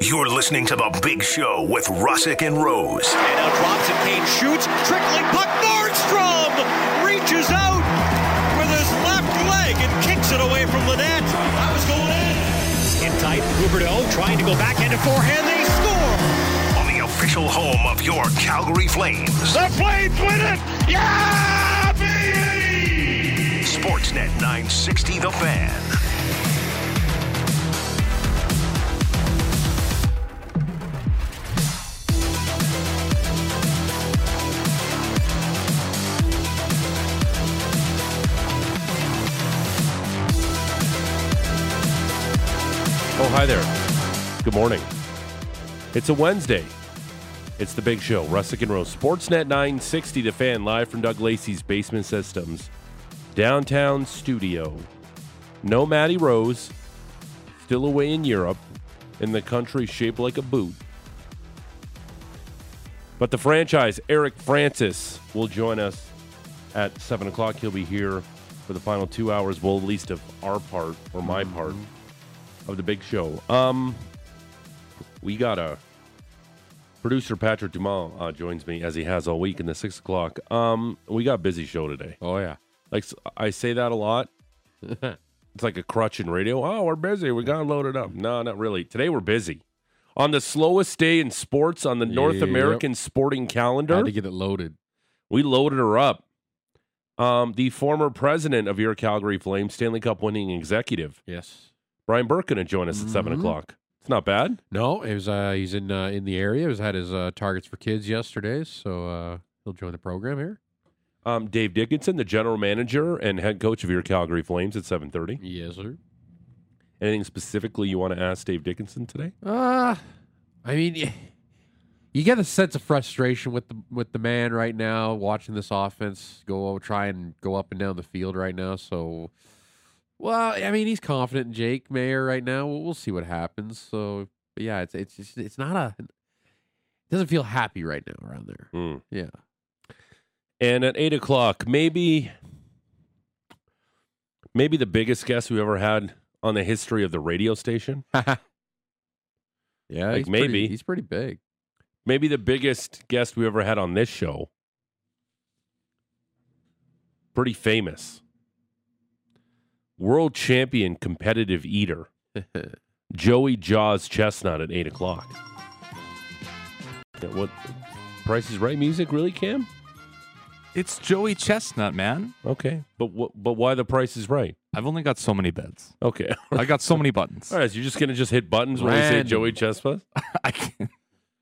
You're listening to The Big Show with Russick and Rose. And now drops it. Kane shoots. Trickling puck. Nordstrom reaches out with his left leg and kicks it away from the net. That was going in. In tight. Huberto trying to go backhand to forehand. They score. On the official home of your Calgary Flames, The Flames win it! Yeah, baby! Sportsnet 960 The Fan. Oh, hi there. Good morning. It's a Wednesday. It's the big show, Russick and Rose. Sportsnet 960, the fan, live from Doug Lacey's Basement Systems, downtown studio. No Matty Rose, still away in Europe, in the country shaped like a boot. But the franchise, Eric Francis, will join us at 7 o'clock. He'll be here for the final two hours, well, at least of our part, or my Mm-hmm. part, of the big show. Um, we got a producer, Patrick Dumont, uh, joins me as he has all week in the six o'clock. Um, we got a busy show today. Oh yeah. Like s- I say that a lot. it's like a crutch in radio. Oh, we're busy. We got loaded up. No, not really. Today we're busy. On the slowest day in sports on the North Yep. American sporting calendar, Had to get it loaded. we loaded her up. Um, the former president of your Calgary Flames, Stanley Cup winning executive, Yes. Brian Burke, going to join us at seven Mhm. o'clock. It's not bad. No, it was. Uh, he's in uh, in the area. He's had his uh, targets for kids yesterday, so uh, he'll join the program here. Um, Dave Dickinson, the general manager and head coach of your Calgary Flames, at seven thirty. Yes, sir. Anything specifically you want to ask Dave Dickinson today? Uh, I mean, y- you get a sense of frustration with the with the man right now. Watching this offense go try and go up and down the field right now. So, well, I mean, he's confident in Jake Mayer right now. We'll, we'll see what happens. So, but yeah, it's it's just, it's not a. It doesn't feel happy right now around there. Hmm. Yeah. And at eight o'clock, maybe, maybe the biggest guest we ever had on the history of the radio station. Yeah, Like, he's pretty- maybe. he's pretty big. Maybe the biggest guest we ever had on this show. Pretty famous. World champion competitive eater, Joey Jaws Chestnut at eight o'clock. Yeah, what Price is Right music really, Cam? It's Joey Chestnut, man. Okay, but wh- but why the Price is Right? I've only got so many beds. Okay, I got so many buttons. All right, so you're just gonna just hit buttons when we say Random. Joey Chestnut? I can't.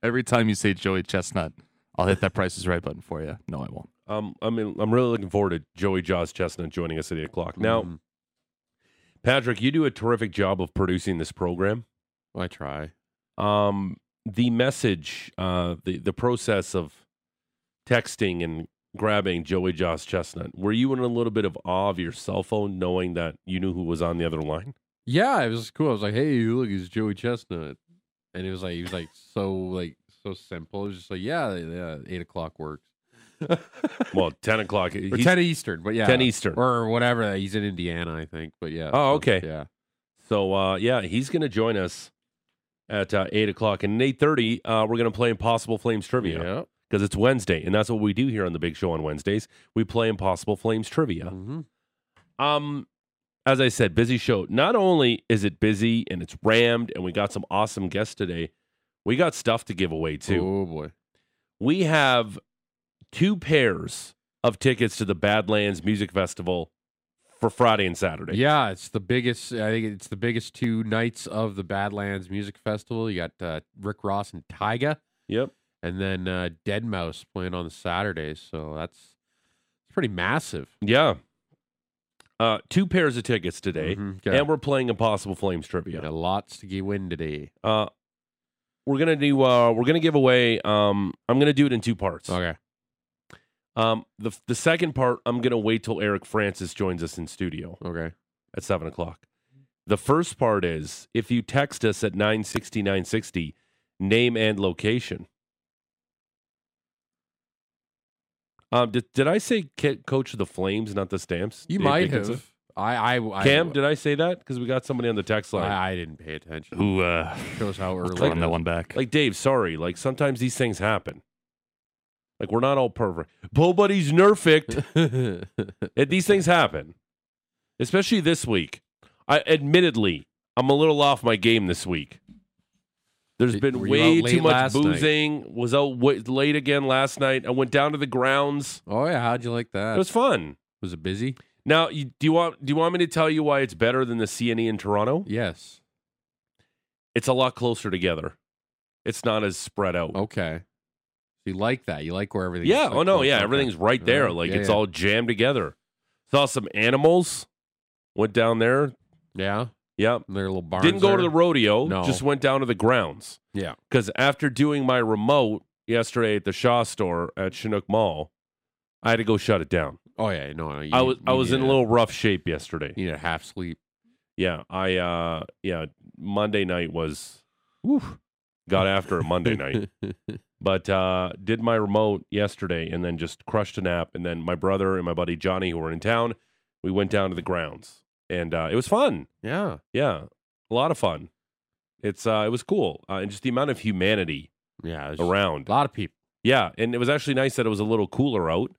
Every time you say Joey Chestnut, I'll hit that Price is Right button for you. No, I won't. Um, I mean, I'm really looking forward to Joey Jaws Chestnut joining us at eight o'clock. Now, Mm. Patrick, you do a terrific job of producing this program. I try. Um, the message, uh, the the process of texting and grabbing Joey Jaws Chestnut. Were you in a little bit of awe of your cell phone, knowing that you knew who was on the other line? Yeah, it was cool. I was like, "Hey, look, it's Joey Chestnut," and it was like he was like so like so simple. It was just like, "Yeah, yeah eight o'clock works." or Well, ten o'clock. he's- ten Eastern, but yeah, 10 Eastern. or whatever. uh, He's in Indiana, I think. But yeah. Oh, so, okay. Yeah. So uh, yeah, he's going to join us at uh, eight o'clock, and eight thirty, uh, we're going to play Impossible Flames trivia Yep. because it's Wednesday, and that's what we do here on the Big Show on Wednesdays. We play Impossible Flames trivia. Mhm. Um, as I said, busy show. Not only is it busy and it's rammed, and we got some awesome guests today, we got stuff to give away too. Oh boy. We have two pairs of tickets to the Badlands Music Festival for Friday and Saturday. Yeah, it's the biggest. I think it's the biggest two nights of the Badlands Music Festival. You got uh, Rick Ross and Tyga. Yep. and then uh, Dead Mouse playing on the Saturday. So that's it's pretty massive. Yeah. Uh, two pairs of tickets today, Mhm. and we're playing Impossible Flames Got trivia. lots to get win today. Uh, we're gonna do. Uh, we're gonna give away. Um, I'm gonna do it in two parts. Okay. Um, the the second part, I'm gonna wait till Eric Francis joins us in studio Okay. at seven o'clock. The first part is if you text us at nine sixty nine sixty, name and location. Um, did, did I say ca- coach of the Flames, not the Stamps? You Dave might Dickinson? have. I, I, I Cam, did I say that? Because we got somebody on the text line. I, I didn't pay attention. Who uh, Shows how early. throwing it that is. one back? Like Dave, sorry. Like sometimes these things happen. Like we're not all perfect. Nobody's nerfed. And these things happen, especially this week. I admittedly, I'm a little off my game this week. There's Did- been were you way out late too much last night? boozing. Was out w- late again last night. I went down to the grounds. oh yeah, how'd you like that? It was fun. was it busy? Now, you, do you want do you want me to tell you why it's better than the CNE in Toronto? Yes. It's a lot closer together. It's not as spread out. Okay. So you like that? You like where everything? Yeah. Oh no. Yeah. Everything's right there. Right. Like Yeah, it's yeah. all jammed together. Saw some animals. Went down there. Yeah. Yep. Their little barn. Didn't go to the rodeo. No. Just went down to the grounds. Yeah. Because after doing my remote yesterday at the Shaw store at Chinook Mall, I had to go shut it down. Oh yeah. No. no you I need- was you I was need in a little rough shape yesterday. You need a half sleep. Yeah. I uh yeah Monday night was. Got after it Monday night. but uh, did my remote yesterday and then just crushed a nap. And then my brother and my buddy Johnny, who were in town, we went down to the grounds and uh, it was fun. yeah. Yeah, a lot of fun. It's uh, it was cool uh, and just the amount of humanity Yeah. it's- around. A lot of people. Yeah, and it was actually nice that it was a little cooler out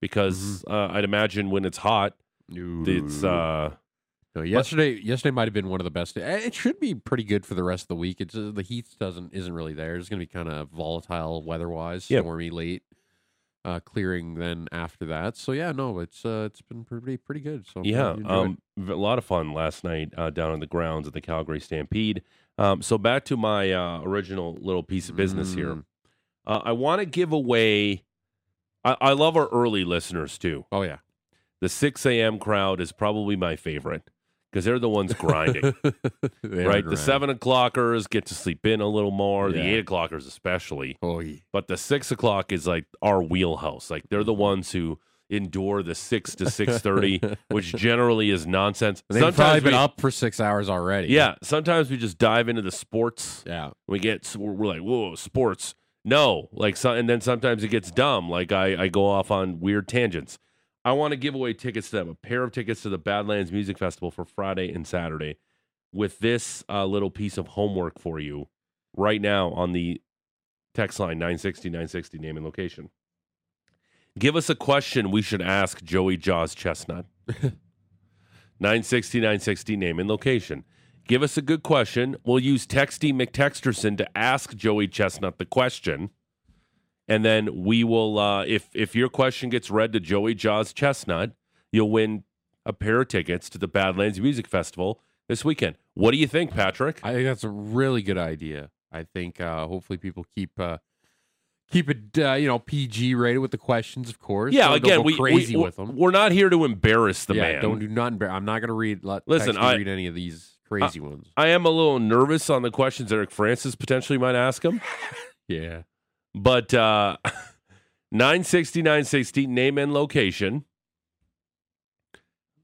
because uh, I'd imagine when it's hot, it's uh, No, yesterday, yesterday might have been one of the best. eh, It should be pretty good for the rest of the week. It's uh, the heat doesn't isn't really there. It's going to be kind of volatile weather wise, Yeah. stormy late, uh, clearing then after that. So yeah, no, it's uh, it's been pretty pretty good. So I'm glad Yeah, you enjoyed um, v- a lot of fun last night uh, down on the grounds at the Calgary Stampede. Um, so back to my uh, original little piece of business here. Mm. Uh, I want to give away. I, I love our early listeners too. Oh yeah, The 6 a.m. crowd is probably my favorite because they're the ones grinding, They are right? The grinding. seven o'clockers get to sleep in a little more. The Yeah. eight o'clockers, especially. Oh yeah. But the six o'clock is like our wheelhouse. Like they're the ones who endure the six to six thirty, which generally is nonsense. They've probably been we- up for six hours already. Yeah, sometimes we just dive into the sports. yeah. We get we're we're like, whoa, sports. No, like, so, and then sometimes it gets dumb. Like I, I go off on weird tangents. I want to give away tickets to them, a pair of tickets to the Badlands Music Festival for Friday and Saturday, with this uh, little piece of homework for you right now on the text line 960 960 name and location. Give us a question we should ask Joey Jaws Chestnut. 960 960 name and location. Give us a good question. We'll use Texty McTexterson to ask Joey Chestnut the question. And then we will uh, if if your question gets read to Joey Jaws Chestnut, you'll win a pair of tickets to the Badlands Music Festival this weekend. What do you think, Patrick? I think that's a really good idea. I think uh, hopefully people keep uh, keep it uh, you know PG rated with the questions, of course. yeah, Don't- don't again, go we crazy we, with them. We're not here to embarrass the yeah, man. don't do not embar- I'm not going to read. Let, Listen, text you I- read any of these crazy ones. I am a little nervous on the questions Eric Francis potentially might ask him. Yeah, But uh 960 960 name and location.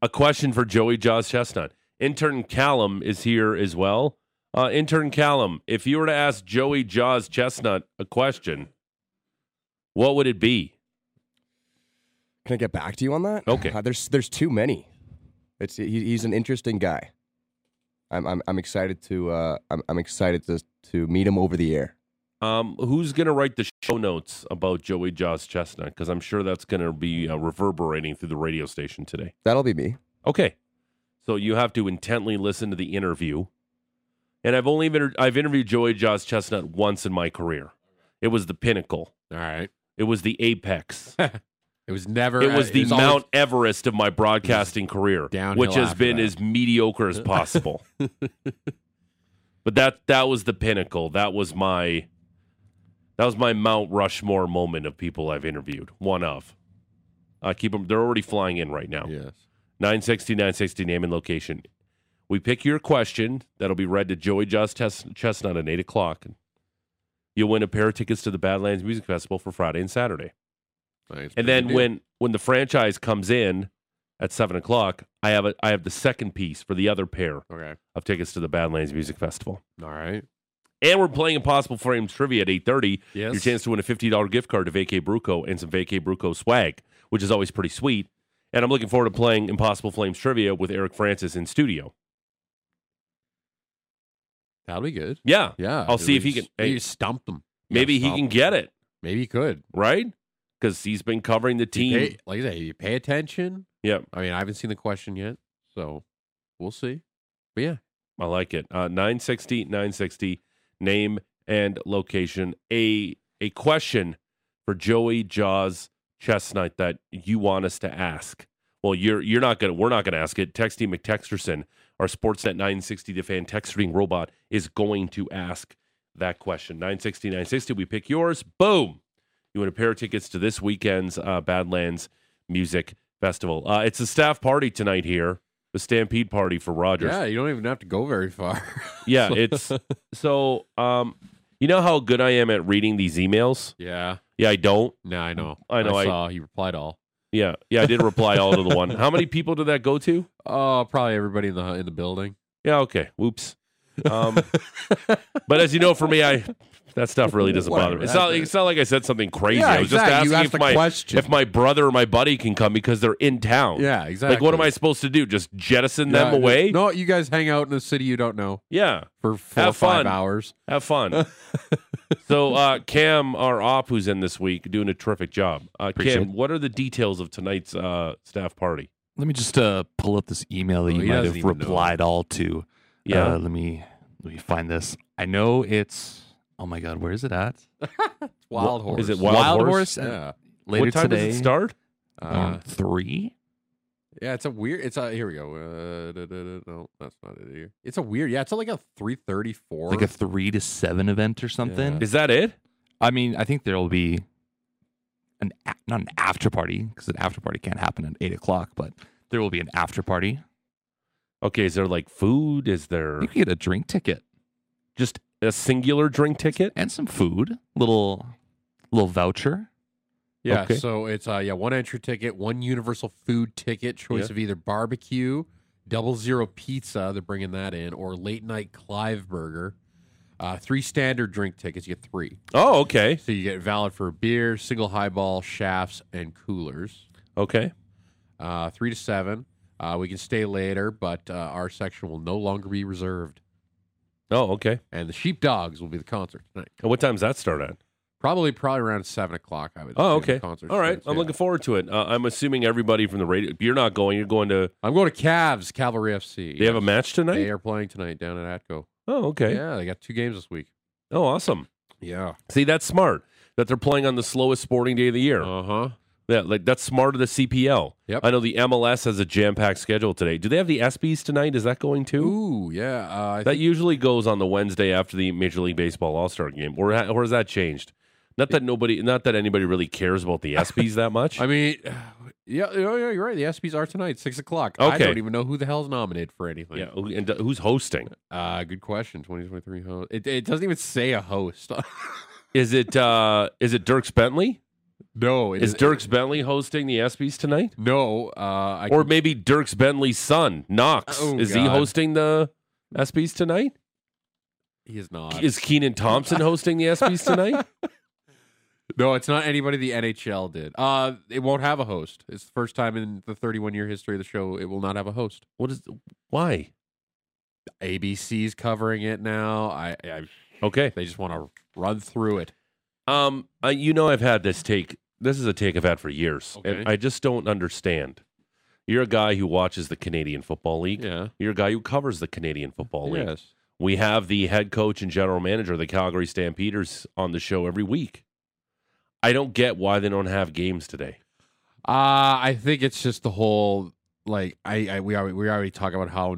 A question for Joey Jaws Chestnut. Intern Callum is here as well. Uh, intern Callum, if you were to ask Joey Jaws Chestnut a question, what would it be? Can I get back to you on that? Okay. Uh, there's there's too many. It's he, he's an interesting guy. I'm I'm, I'm excited to uh, I'm, I'm excited to to meet him over the air. Um, who's going to write the show notes about Joey Jaws Chestnut? Because I'm sure that's going to be uh, reverberating through the radio station today. That'll be me. Okay. So you have to intently listen to the interview. And I've only inter- I've interviewed Joey Jaws Chestnut once in my career. It was the pinnacle. all right. It was the apex. It was never. It was the always- Mount Everest of my broadcasting career, downhill which has after been that. as mediocre as possible. but that that was the pinnacle. That was my that was my Mount Rushmore moment of people I've interviewed. One of. Uh, keep them. They're already flying in right now. Yes. 960 960 name and location. We pick your question that'll be read to Joey Joss Tes- Chestnut at 8 o'clock. You'll win a pair of tickets to the Badlands Music Festival for Friday and Saturday. Nice. And Good then deal. when when the franchise comes in at 7 o'clock, I have, a, I have the second piece for the other pair okay, of tickets to the Badlands Music Festival. all right. And we're playing Impossible Frames Trivia at 8.30. Yes. Your chance to win a $50 gift card to Vacay Bruco and some Vacay Bruco swag, which is always pretty sweet. And I'm looking forward to playing Impossible Flames trivia with Eric Francis in studio. That'll be good. Yeah. Yeah. I'll see if he s- can- Maybe hey. stump them. Maybe he can get it, Maybe he could. right? Because he's been covering the You team. pay- like I say, you pay attention. Yep. I mean, I haven't seen the question yet, so we'll see. But yeah, I like it. Uh, 960, 960, name and location. A a question for Joey Jaws Chestnut that you want us to ask. Well, you're you're not gonna we're not gonna ask it. Texty McTexterson, our Sportsnet 960 the fan texting robot, is going to ask that question. 960, 960, we pick yours. Boom. You win a pair of tickets to this weekend's uh, Badlands Music Festival. Uh, it's a staff party tonight here, the Stampede Party for Rogers. yeah. You don't even have to go very far. Yeah, it's so um you know how good I am at reading these emails? yeah. Yeah, I don't. No, I know. I know, I- saw he replied all. Yeah. Yeah, I did reply all to the one. How many people did that go to? Oh, probably everybody in the in the building. Yeah, okay. Whoops. Um but as you know for me I that stuff really doesn't bother me. It's not it's not like I said something crazy. I was exactly. just asking You asked if the my question. if my brother or my buddy can come because they're in town. Yeah, exactly. Like what am I supposed to do? Just jettison Yeah, them away? No, you guys hang out in a city you don't know Yeah. for four Have or five fun. hours. Have fun. so, uh, Cam, our op, who's in this week, doing a terrific job. Uh, Cam, Appreciate it. what are the details of tonight's uh, staff party? Let me just uh, pull up this email that Oh, you he might doesn't have even know. replied all to. Yeah. Uh, let me let me find this. I know it's. Oh my God, where is it at? Wild horse. Is it Wild, Horse? Yeah. Later what time today. does it start? Uh, Um, three. yeah, it's a weird. It's a here we go. Uh, da, da, da, no, that's not it. Here. It's a weird. Yeah, it's like a three thirty four. Like a three to seven event or something. Is that it? I mean, I think there will be an a- not an after party because an after party can't happen at eight o'clock, but there will be an after party. Okay. Is there like food? Is there You can get a drink ticket just a singular drink ticket? and some food, little little voucher. Yeah, Okay. so it's uh yeah, one entry ticket, one universal food ticket, choice Yeah. of either barbecue, double zero pizza, they're bringing that in, or late night Clive burger. Uh, three standard drink tickets, you get three. Oh, okay. So you get valid for beer, single highball, shafts, and coolers. Okay. Uh, three to seven. Uh, we can stay later, but uh, our section will no longer be reserved. Oh, okay. And the sheepdogs will be the concert tonight. And what time's that start at? Probably, probably around seven o'clock. I would. Oh, assume, the okay. Concert All right. starts, I'm yeah. looking forward to it. Uh, I'm assuming everybody from the radio. You're not going. You're going to. I'm going to Cavs, Cavalry FC. They have a match tonight. They are playing tonight down at Atco. oh, okay. Yeah, they got two games this week. Oh, awesome. Yeah. See, that's smart. That they're playing on the slowest sporting day of the year. Uh-huh. Uh huh. Yeah, like that's smarter the CPL. Yep. I know the MLS has a jam packed schedule today. Do they have the ESPYS tonight? Is that going too? Ooh, yeah. Uh, I that think- usually goes on the Wednesday after the Major League Baseball All Star game, or ha- or has that changed? Not that nobody, not that anybody really cares about the ESPYS that much. I mean, yeah, you know, yeah, you're right. The ESPYS are tonight, six o'clock. I Okay. don't even know who the hell's nominated for anything. yeah, who- and who's hosting? Uh, good question. Twenty twenty three host. It, it doesn't even say a host. Is it uh is it Dirks Bentley? no, it Is Dirks Bentley hosting the ESPYS tonight? No. Uh, I Or maybe Dirks Bentley's son, Knox, Oh, is he God. hosting the ESPYS tonight? he is not. Is Keenan Thompson hosting the ESPYS tonight? no, it's not anybody the NHL did. Uh, it won't have a host. It's the first time in the thirty one year history of the show it will not have a host. What is why? ABC's covering it now. I, I Okay. they just want to run through it. Um, I, you know, I've had this take. This is a take I've had for years, and Okay. I just don't understand. You're a guy who watches the Canadian Football League. Yeah. You're a guy who covers the Canadian Football League. We have the head coach and general manager of the Calgary Stampeders on the show every week. I don't get why they don't have games today. Uh, I think it's just the whole like I, I we already we already talk about how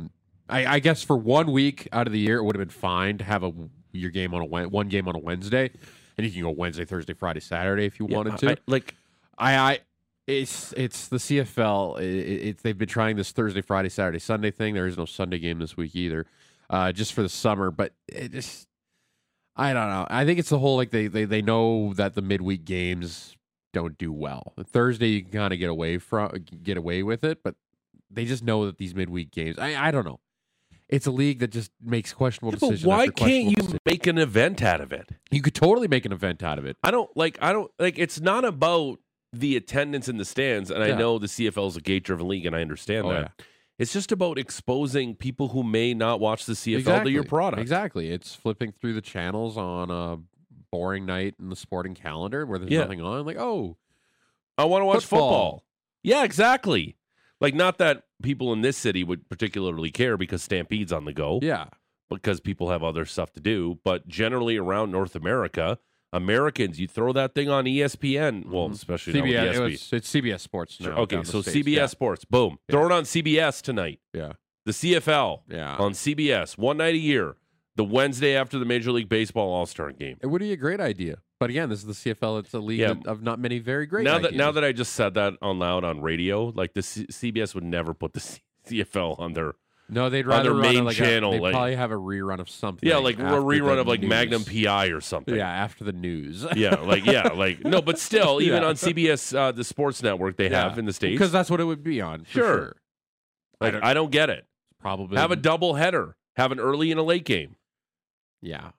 I, I guess for one week out of the year it would have been fine to have a your game on a Wed- one game on a Wednesday, and you can go Wednesday, Thursday, Friday, Saturday if you wanted to. I- like, I, I it's it's the CFL. It, it, it's- they've been trying this Thursday, Friday, Saturday, Sunday thing. There is no Sunday game this week either, uh, just for the summer. But it just I don't know. I think it's the whole like they they, they know that the midweek games don't do well. Thursday you can kind of get away from get away with it, but they just know that these midweek games. I I don't know. It's a league that just makes questionable but decisions. why after questionable can't you decisions. make an event out of it? You could totally make an event out of it. I don't like. I don't like. It's not about the attendance in the stands, and I Yeah. know the CFL is a gate driven league, and I understand Oh, that. It's just about exposing people who may not watch the CFL to your product. Exactly. It's flipping through the channels on a boring night in the sporting calendar where there's Yeah. nothing on. Like, oh, I want to watch football. Football. Yeah, exactly. Like, not that people in this city would particularly care because Stampede's on the go, yeah, because people have other stuff to do. But generally around North America, Americans, you throw that thing on E ESPN. Well, Mm-hmm. especially now with E CBS. It ESPN. was, it's CBS Sports. Now Sure. okay, down the so States. CBS Sports, boom, Yeah. throw it on CBS tonight. Yeah. the CFL Yeah. Uh, yeah. on CBS one night a year, the Wednesday after the Major League Baseball All Star Game. It would be a great idea. But again, this is the CFL. It's a league Yeah. that- of not many very great. now that ideas. now that I just said that on loud on radio, like the C- CBS would never put the C- CFL on their no, they'd on rather their run a- main like channel, they like- probably have a rerun of something. yeah, like a after rerun the of like news. Magnum PI or something. Yeah, after the news. Yeah, like yeah, like no, but still, even Yeah. on CBS, uh, the sports network they have in the states, because that's what it would be on. for Sure. sure. like I don't get it. Probably Have a double header, have an early and a late game. Yeah,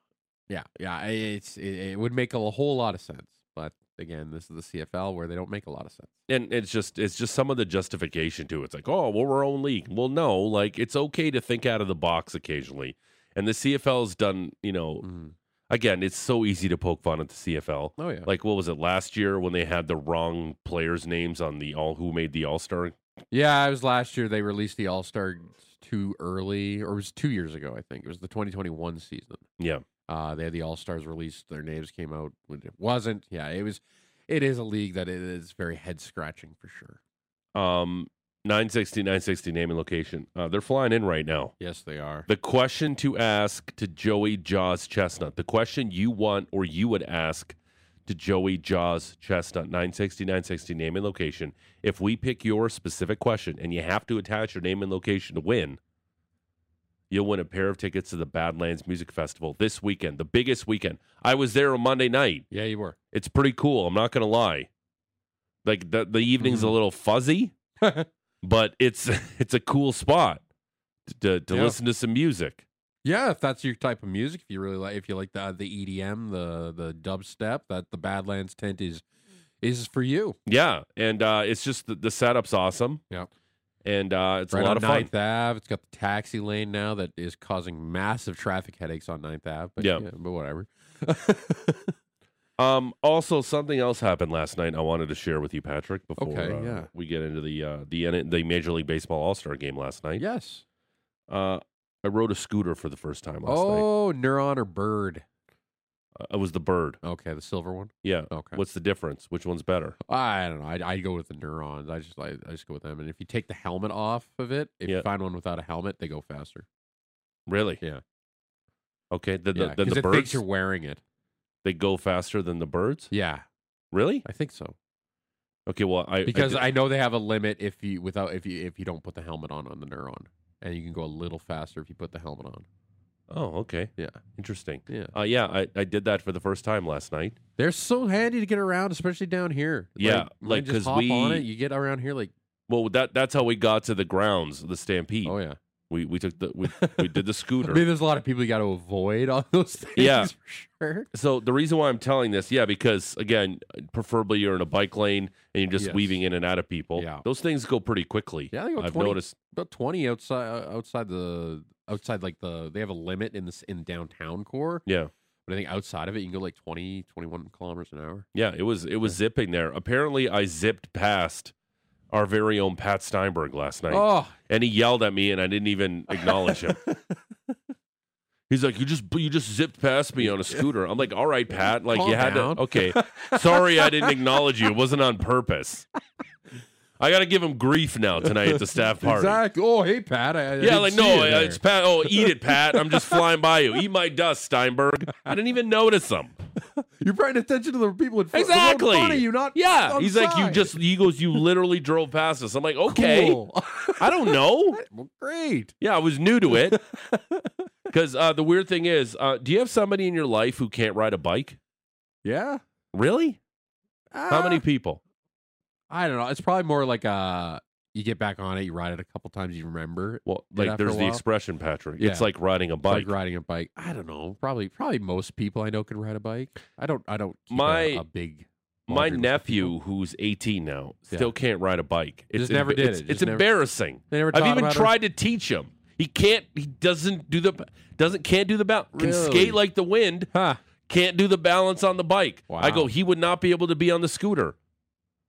yeah, yeah. I- It's it, it would make a whole lot of sense, but again, this is the CFL where they don't make a lot of sense. and it's just it's just some of the justification to it. It's like, oh, well, we're our own league. Well, no, like it's okay to think out of the box occasionally. And the CFL's done, you Mm. know, again, it's so easy to poke fun at the CFL. Mm-hmm. Oh yeah, Like what was it last year when they had the wrong players' names on the all who made the All Star? yeah. It was last year they released the All Star too early, or it was two years ago. I think it was the 2021 season. Yeah, Uh, they had the All Stars released. Their names came out when it wasn't. Yeah, it was. It is a league that it is very head scratching for sure. um, nine sixty nine sixty name and location. Uh, they're flying in right now. Yes, they are. The question to ask to Joey Jaws Chestnut, the question you want or you would ask to Joey Jaws Chestnut, 960, 960, name and location. If we pick your specific question and you have to attach your name and location to win, you'll win a pair of tickets to the Badlands Music Festival this weekend, the biggest weekend. I was there on Monday night. Yeah, you were. It's pretty cool. I'm not going to lie. Like the the evening's a little fuzzy, but it's it's a cool spot to to Yeah. listen to some music. Yeah, if that's your type of music, if you really like, if you like the the EDM, the the dubstep, that the Badlands tent is is for you. Yeah, and uh, it's just the, the setup's awesome. Yep. and uh, it's right a lot on of fun. 9th Ave, it's got the taxi lane now that is causing massive traffic headaches on 9th Ave. But Yeah. but whatever. Um, also, something else happened last night. I wanted to share with you, Patrick, before Okay, uh, yeah. we get into the uh, the N- the Major League Baseball All Star Game last night. yes. Uh, I rode a scooter for the first time last night. Oh, neuron or bird? Uh, It was the bird. Okay, the silver one. Yeah. Okay. What's the difference? Which one's better? I don't know. I I go with the neurons. I just I, I just go with them. And if you take the helmet off of it, if Yeah. you find one without a helmet, they go faster. Really? Yeah. Okay. Then Yeah, the, then 'cause the it thinks birds you're wearing it. they go faster than the birds. Yeah, Really? I think so. Okay. Well, I because did- I, know they have a limit if you without if you if you don't put the helmet on on the neuron, and you can go a little faster if you put the helmet on. oh okay Yeah, interesting. yeah. Uh, yeah, I, I did that for the first time last night. They're so handy to get around, especially down here. Yeah, like, you like, just 'cause hop on we- it, you get around here like Well, that that's how we got to the grounds, the Stampede. oh yeah. We we took the we, we did the I scooter. mean, there's a lot of people you got to avoid on those things. Yeah. for sure. So the reason why I'm telling this, yeah, because again, preferably you're in a bike lane and you're just Yes. weaving in and out of people. Yeah. Those things go pretty quickly. Yeah, they go I've 20. noticed. About twenty outside uh, outside the outside like the they have a limit in this in downtown core, Yeah. but I think outside of it you can go like 20, 21 kilometers an hour. Yeah, it was it was zipping there. Apparently I zipped past our very own Pat Steinberg last night. Oh, And he yelled at me and I didn't even acknowledge him. He's like, You just you just zipped past me on a scooter. I'm like, All right, Pat. Like Calm you had down. to Okay. Sorry I didn't acknowledge you. It wasn't on purpose. I gotta give him grief now tonight at the staff party. exactly. Oh, hey Pat. I, I Yeah, didn't like see no, you I- I- there. it's Pat. Oh, eat it, Pat. I'm just flying by you. Eat my dust, Steinberg. I didn't even notice him. You're paying attention to the people in front, the road in Exactly. front of you, not yeah. on He's the like you side. just. He goes. You literally drove past us. I'm like, okay. Cool. I don't know. well, great. Yeah, I was new to it. Because uh, the weird thing is, uh, do you have somebody in your life who can't ride a bike? Yeah. Really? How many Ah, people? I don't know. It's probably more like uh, you get back on it, you ride it a couple times, you remember. it. Well, Did like after a there's the while? expression, Patrick. It's Yeah. like riding a It's bike. like riding a bike. I don't know. Probably, probably most people I know could ride a bike. I don't. I don't. Keep a- My- a, big my laundry was- nephew, who's 18 now, still can't ride a bike. It's Just never emb- did it. It's, Just it's never- embarrassing. They never I've taught even about it. tried to teach him. He can't. He doesn't do the doesn't can't do the balance. Can Really? skate like the wind. Huh. Can't do the balance on the bike. I Wow. go. He would not be able to be on the scooter.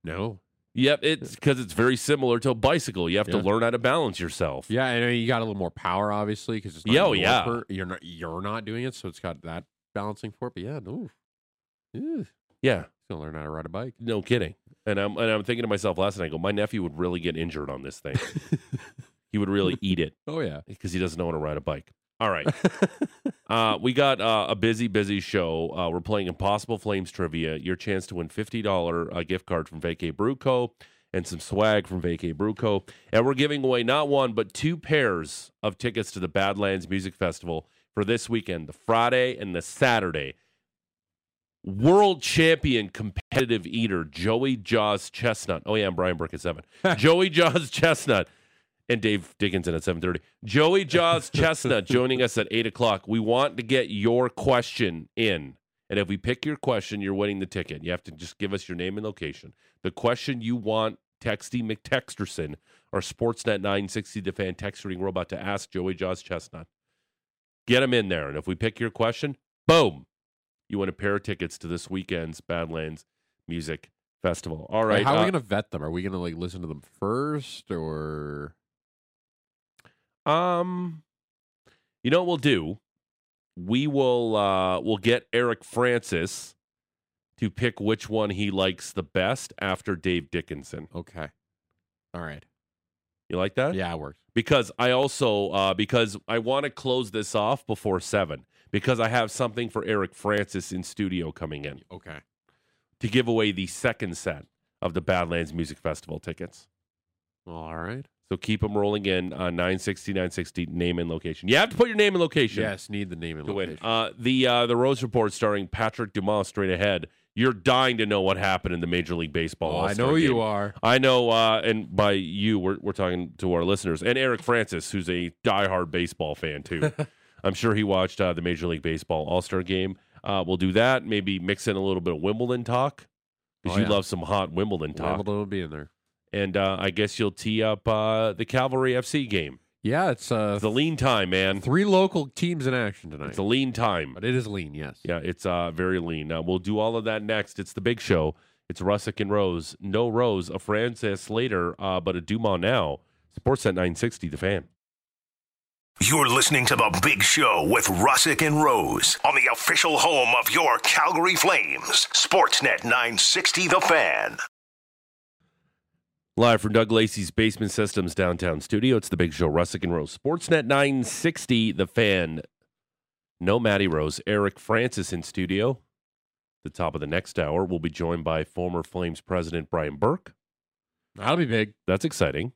No. Yep, it's because it's very similar to a bicycle. You have to Yeah. learn how to balance yourself. Yeah, I know you got a little more power obviously because it's not Yeah, oh, your yeah. per- You're not you're not doing it, so it's got that balancing for it. But yeah, no. Ew. He's Yeah, gonna learn how to ride a bike. no kidding. And I'm and I'm thinking to myself last night. I go, my nephew would really get injured on this thing. he would really eat it. Oh yeah. because he doesn't know how to ride a bike. All right. uh, we got uh, a busy, busy show. Uh, we're playing Impossible Flames trivia. Your chance to win $50 uh, gift card from Vacay Bruco and some swag from Vacay Bruco. And we're giving away not one, but two pairs of tickets to the Badlands Music Festival for this weekend, the Friday and the Saturday. World champion competitive eater Joey Jaws Chestnut. Oh yeah, I'm Brian Burke at seven. Joey Jaws Chestnut and Dave Dickinson at 7:30. Joey Jaws Chestnut joining us at 8 o'clock. We want to get your question in. And if we pick your question, you're winning the ticket. You have to just give us your name and location. The question you want Texty McTexterson, our Sportsnet 960 the fan text reading robot to ask Joey Jaws Chestnut. Get him in there. And if we pick your question, boom. You win a pair of tickets to this weekend's Badlands Music Festival. All Wait, right. how are uh, we gonna vet them? Are we gonna like listen to them first or Um, you know what we'll do? We will uh we'll get Eric Francis to pick which one he likes the best after Dave Dickinson. okay. All right. You like that? Yeah, it works. Because I also uh because I want to close this off before 7 because I have something for Eric Francis in studio coming in Okay. to give away the second set of the Badlands Music Festival tickets. All right. So keep them rolling in uh 960 960 name and location. You have to put your name and location. Yes, need the name and to win. location. Uh, the uh, the Rose Report starring Patrick Dumas straight ahead. You're dying to know what happened in the Major League Baseball. oh, I All-Star know you game. are. I know, uh, and by you, we're we're talking to our listeners and Eric Francis, who's a diehard baseball fan too. I'm sure he watched uh, the Major League Baseball All Star Game. Uh, we'll do that. Maybe mix in a little bit of Wimbledon talk because Oh, you yeah. love some hot Wimbledon talk. Wimbledon will be in there. And uh, I guess you'll tee up uh, the Cavalry FC game. Yeah, it's uh It's a lean time, man. three local teams in action tonight. It's a lean time. but it is lean, yes. Yeah, it's uh, very lean. Uh, we'll do all of that next. It's the big show. It's Russick and Rose. No Rose, a Francis later, uh, but a Dumas now. Sportsnet 960, the fan. You're listening to The Big Show with Russick and Rose on the official home of your Calgary Flames, Sportsnet 960 The Fan. Live from Doug Lacey's Basement Systems downtown studio, it's the big show, Russick and Rose. Sportsnet 960, the fan. No Matty Rose, Eric Francis in studio. The top of the next hour, we'll be joined by former Flames president Brian Burke. That'll be big. That's exciting.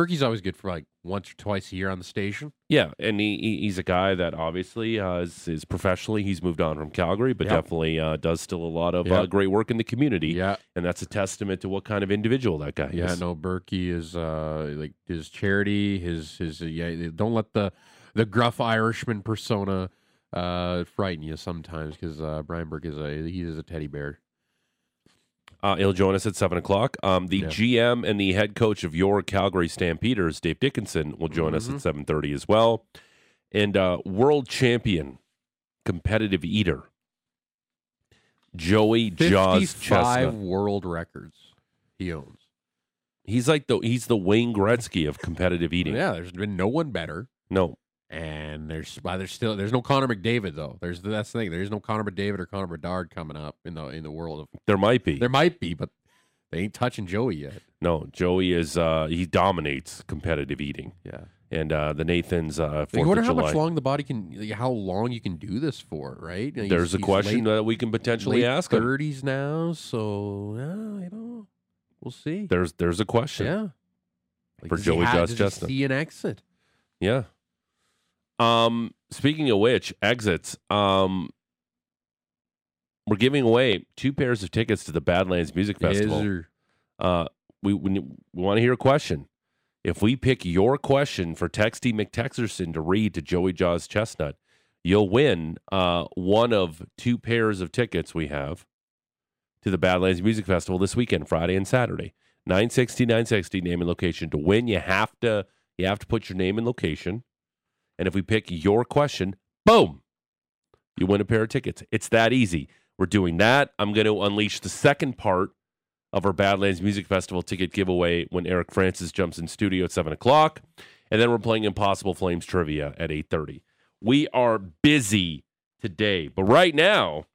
Berkey's always good for like once or twice a year on the station. Yeah, and he, he he's a guy that obviously uh, is, is professionally he's moved on from Calgary, but Yep. definitely uh, does still a lot of uh, Yep. great work in the community, Yeah. and that's a testament to what kind of individual that guy Yeah, is. no, Berkey is uh like his charity, his his uh, yeah. Don't let the the gruff Irishman persona uh frighten you sometimes because uh, Brian Burke is a he is a teddy bear. Uh, he'll join us at seven o'clock. Um, the Yeah. GM and the head coach of your Calgary Stampeders, Dave Dickinson, will join Mm-hmm. us at seven thirty as well, and uh, world champion competitive eater Joey Jaws Fifty-five Chestnut. world records he owns. He's like the he's the Wayne Gretzky of competitive eating. Oh, Yeah, there's been no one better. No, And there's why there's still there's no Connor McDavid though. There's that's the thing. There's no Connor McDavid or Connor Bedard coming up in the in the world of. there might be. There might be, but they ain't touching Joey yet. No, Joey is uh he dominates competitive eating. Yeah. And uh the Nathan's uh Like, Fourth you wonder of how July. much long the body can, like, how long you can do this for, right? You know, he's- There's a he's question late, that we can potentially late ask him. Thirties now, so yeah, you know, we'll see. There's there's a question. yeah, Like, For does Joey he ha- Josh does Chestnut. He see an exit. Yeah. Um speaking of which, exits. Um we're giving away two pairs of tickets to the Badlands Music Festival. Is there- Uh, we we, we want to hear a question. If we pick your question for Texty McTexerson to read to Joey Jaws Chestnut, you'll win uh, one of two pairs of tickets we have to the Badlands Music Festival this weekend, Friday and Saturday. 960, 960, name and location. To win, you have to you have to put your name and location. And if we pick your question, boom, you win a pair of tickets. It's that easy. We're doing that. I'm going to unleash the second part of our Badlands Music Festival ticket giveaway when Eric Francis jumps in studio at seven o'clock, and then we're playing Impossible Flames trivia at eight thirty. We are busy today, but right now,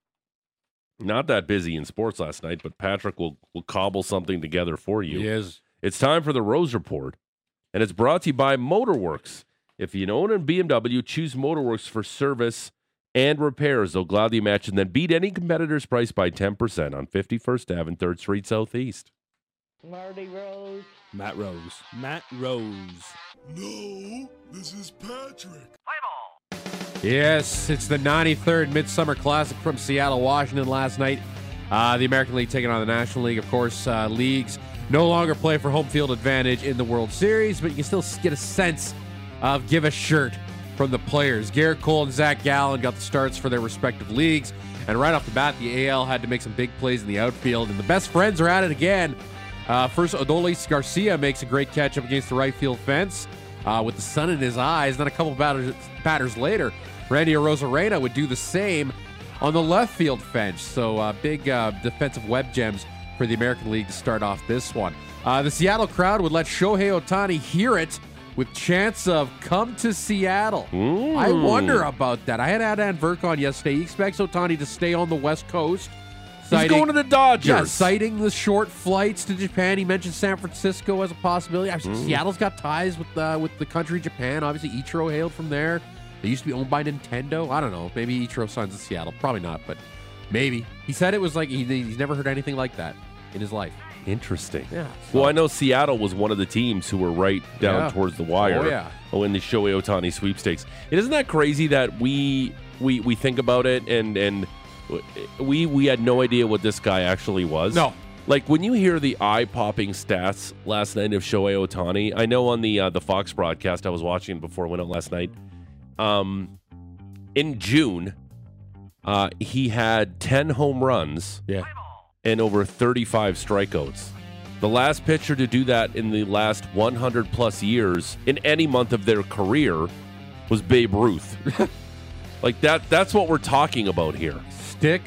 not that busy in sports last night. But Patrick will will cobble something together for you. Yes. It's time for the Rose Report, and it's brought to you by Motorworks. If you own a BMW, choose Motorworks for service and repairs. They'll gladly match and then beat any competitor's price by 10% on 51st Ave and 3rd Street Southeast. Marty Rose. Matt Rose. Matt Rose. No, this is Patrick. Yes, it's the 93rd Midsummer Classic from Seattle, Washington last night. Uh, the American League taking on the National League. Of course, uh, leagues no longer play for home field advantage in the World Series, but you can still get a sense of give a shirt from the players. Garrett Cole and Zach Gallen got the starts for their respective leagues. And right off the bat, the AL had to make some big plays in the outfield. And the best friends are at it again. Uh, first, Odolis Garcia makes a great catch up against the right field fence uh, with the sun in his eyes. Then a couple batters, batters later, Randy Rosarena would do the same on the left field fence. So uh, big uh, defensive web gems for the American League to start off this one. Uh, the Seattle crowd would let Shohei Otani hear it with chants of "Come to Seattle." I Hmm. wonder about that. I had Adan Verk on yesterday. He expects Otani to stay on the West Coast. He's going to the Dodgers. Yeah, citing the short flights to Japan. He mentioned San Francisco as a possibility. Actually, Seattle's got ties with uh, with the country Japan. Obviously, Ichiro hailed from there. They used to be owned by Nintendo. I don't know. Maybe Ichiro signs in Seattle. Probably not, but maybe. He said it was like he, he's never heard anything like that in his life. Interesting. Yeah. Well, I know Seattle was one of the teams who were right down Yeah. towards the wire. Oh, yeah. Oh, in the Shohei Otani sweepstakes. It isn't that crazy that we we we think about it and and we we had no idea what this guy actually was. No. Like when you hear the eye-popping stats last night of Shohei Otani, I know on the uh, the Fox broadcast I was watching before I went out last night. Um, in June, uh, he had ten home runs Yeah. and over 35 strikeouts. The last pitcher to do that in the last 100 plus years in any month of their career was Babe Ruth. like that that's what we're talking about here. Stick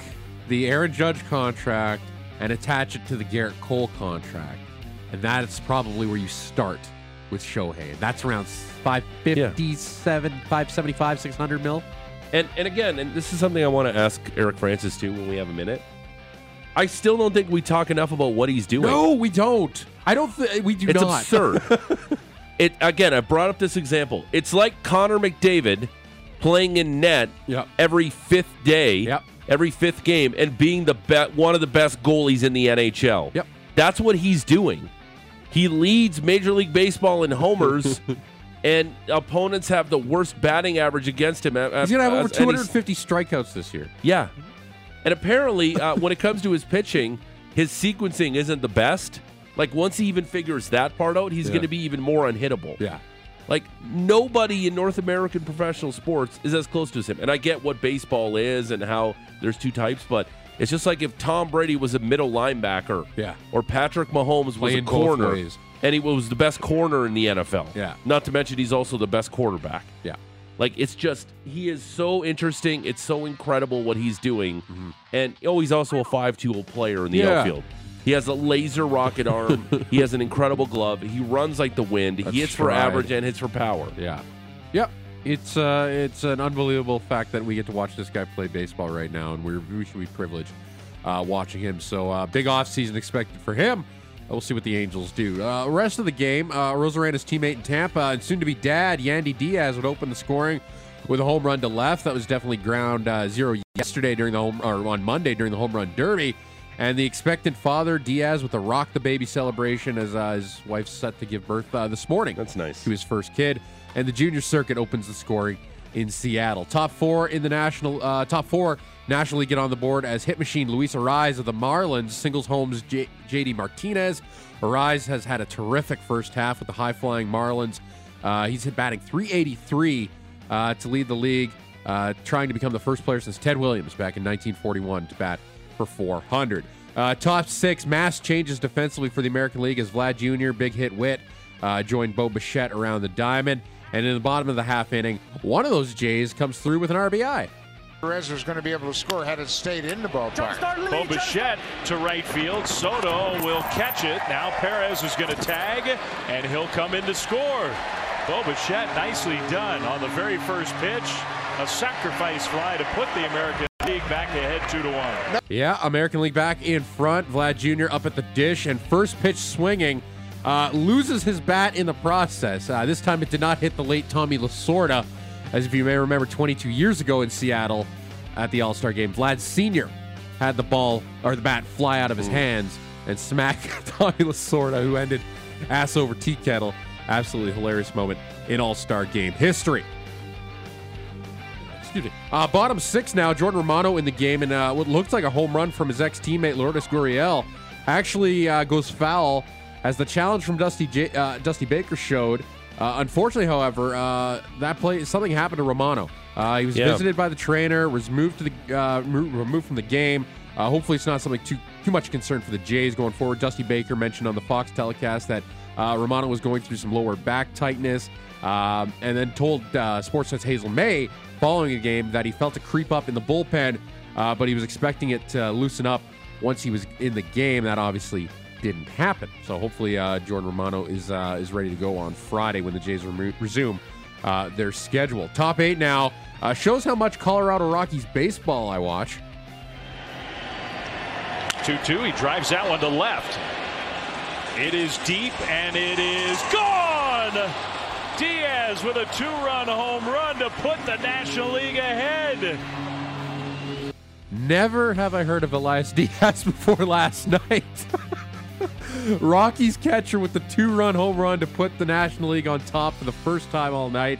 the Aaron Judge contract and attach it to the Garrett Cole contract, and that's probably where you start with Shohei. That's around five fifty-seven, five seventy-five, six hundred mil. And and again, and this is something I want to ask Eric Francis too when we have a minute. I still don't think we talk enough about what he's doing. No, we don't. I don't. Th- we do it's not. absurd. it again, I brought up this example. It's like Connor McDavid playing in net Yep. every fifth day, Yep. every fifth game, and being the be- one of the best goalies in the NHL. Yep. That's what he's doing. He leads Major League Baseball in homers, and opponents have the worst batting average against him. a- a- He's gonna have over as- Uh, and he's- 250 strikeouts this year. yeah. And apparently, uh, when it comes to his pitching, his sequencing isn't the best. Like, once he even figures that part out, he's Yeah. going to be even more unhittable. Yeah. Like, nobody in North American professional sports is as close to him. And I get what baseball is and how there's two types, but it's just like if Tom Brady was a middle linebacker Yeah. or Patrick Mahomes was a Playing both corner ways. and he was the best corner in the NFL. Yeah. Not to mention, he's also the best quarterback. Yeah. Like it's just he is so interesting. It's so incredible what he's doing, and oh, he's also a five-tool player in the Yeah. outfield. He has a laser rocket arm. he has an incredible glove. He runs like the wind. That's he hits for right. average and hits for power. Yeah. Yep. It's uh, it's an unbelievable fact that we get to watch this guy play baseball right now, and we're, we should be privileged uh, watching him. So uh, big offseason expected for him. Uh, We'll see what the Angels do. Uh, rest of the game, uh, Rosarana's teammate in Tampa and soon-to-be dad Yandy Diaz would open the scoring with a home run to left. That was definitely ground uh, zero yesterday during the home or on Monday during the home run derby. And the expectant father Diaz with a rock the baby celebration as uh, his wife's set to give birth uh, this morning That's nice. to his first kid. And the junior circuit opens the scoring in Seattle. Top four in the national, uh, top four nationally get on the board as hit machine Luis Ariz of the Marlins singles homes J- JD Martinez. Ariz has had a terrific first half with the high flying Marlins. Uh, he's hit batting 383 uh, to lead the league, uh, trying to become the first player since Ted Williams back in 1941 to bat for 400. Uh, top six mass changes defensively for the American League as Vlad Jr., Big Hit Witt, uh, joined Bo Bichette around the diamond. And in the bottom of the half inning, one of those Jays comes through with an RBI. Perez was going to be able to score had it stayed in the ballpark. Bo Bichette to right field. Soto will catch it. Now Perez is going to tag, and he'll come in to score. Bo Bichette nicely done on the very first pitch. A sacrifice fly to put the American League back ahead two to one. Yeah, American League back in front. Vlad Jr. up at the dish and first pitch swinging. Uh, loses his bat in the process. Uh, this time it did not hit the late Tommy Lasorda, as if you may remember 22 years ago in Seattle at the All Star game. Vlad Sr. had the ball or the bat fly out of his hands and smack Tommy Lasorda, who ended ass over tea kettle. Absolutely hilarious moment in All Star game history. Excuse me. Uh, bottom six now. Jordan Romano in the game, and uh, what looked like a home run from his ex teammate Lourdes Gurriel actually uh, goes foul as the challenge from Dusty J- uh, Dusty Baker showed. Uh, unfortunately, however, uh, that play something happened to Romano. Uh, he was Yeah. visited by the trainer, was moved to the uh, mo- removed from the game. Uh, hopefully, it's not something too too much concern for the Jays going forward. Dusty Baker mentioned on the Fox telecast that uh, Romano was going through some lower back tightness, um, and then told uh, Sportsnet's Hazel May following the game that he felt a creep up in the bullpen, uh, but he was expecting it to loosen up once he was in the game. That obviously didn't happen. So hopefully, uh, Jordan Romano is uh, is ready to go on Friday when the Jays remo- resume uh, their schedule. Top eight now uh, shows how much Colorado Rockies baseball I watch. 2 2. He drives that one to left. It is deep and it is gone. Diaz with a two run home run to put the National League ahead. Never have I heard of Elias Diaz before last night. Rockies catcher with the two-run home run to put the National League on top for the first time all night.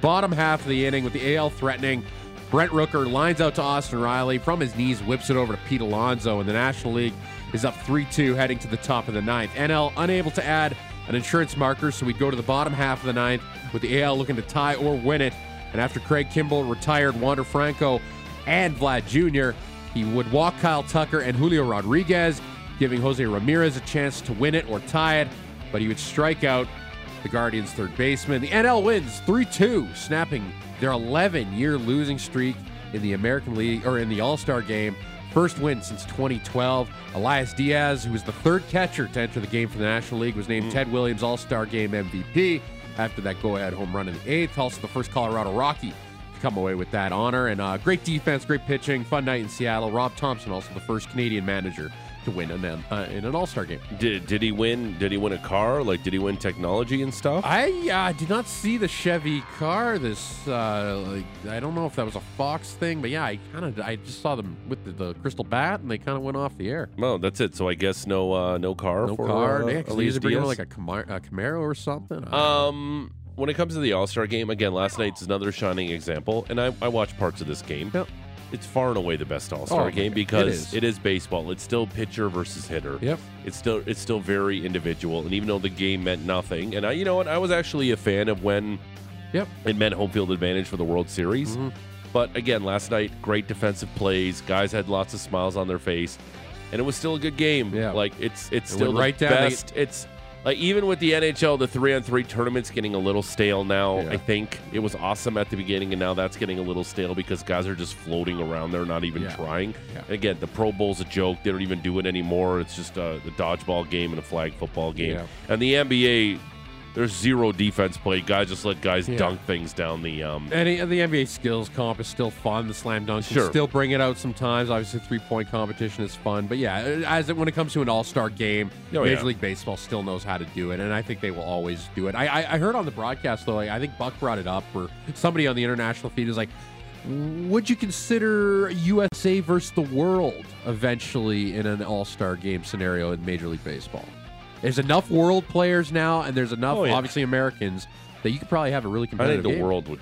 Bottom half of the inning with the AL threatening. Brent Rooker lines out to Austin Riley from his knees, whips it over to Pete Alonso, and the National League is up 3-2 heading to the top of the ninth. NL unable to add an insurance marker, so we go to the bottom half of the ninth with the AL looking to tie or win it. And after Craig Kimball retired Wander Franco and Vlad Jr., he would walk Kyle Tucker and Julio Rodriguez, giving Jose Ramirez a chance to win it or tie it, but he would strike out the Guardians' third baseman. The NL wins 3 2, snapping their 11 year losing streak in the American League or in the All Star game. First win since 2012. Elias Diaz, who was the third catcher to enter the game for the National League, was named Ted Williams All Star Game MVP after that go ahead home run in the eighth. Also, the first Colorado Rocky to come away with that honor. And uh, great defense, great pitching, fun night in Seattle. Rob Thompson, also the first Canadian manager to win an, uh, in an All Star game. Did did he win? Did he win a car? Like did he win technology and stuff? I uh, did not see the Chevy car. This uh, like, I don't know if that was a Fox thing, but yeah, I kind of I just saw them with the, the crystal bat, and they kind of went off the air. Well, that's it. So I guess no uh, no car. No for, car. uh, yeah, 'cause they Elias usually bring in, Diaz? like a, Camar- a Camaro or something. I- Um, when it comes to the All Star game, again, last night's another shining example, and I, I watched parts of this game. It's far and away the best All Star Oh, game it because is. it is baseball. It's still pitcher versus hitter. Yep. It's still it's still very individual, and even though the game meant nothing, and I you know what, I was actually a fan of when Yep. it meant home field advantage for the World Series. Mm-hmm. But again, last night, great defensive plays. Guys had lots of smiles on their face, and it was still a good game. Yeah. Like it's it's It still went the right down. They- best. It's like even with the NHL, the three on three tournament's getting a little stale now. Yeah. I think it was awesome at the beginning, and now that's getting a little stale because guys are just floating around. They're not even Yeah. trying. Yeah. And again, the Pro Bowl's a joke. They don't even do it anymore. It's just a, the dodgeball game and a flag football game. Yeah. And the NBA, there's zero defense play. Guys just let guys Yeah. dunk things down the. Um, Any of the NBA skills comp is still fun. The slam dunk Sure. still bring it out sometimes. Obviously, three point competition is fun, but yeah, as it, when it comes to an all star game, Oh, Major yeah. League Baseball still knows how to do it, and I think they will always do it. I, I, I heard on the broadcast though, like, I think Buck brought it up, or somebody on the international feed is like, would you consider USA versus the world eventually in an all star game scenario in Major League Baseball? There's enough world players now, and there's enough Oh, yeah. obviously Americans. That you could probably have a really I think competitive the game. world would.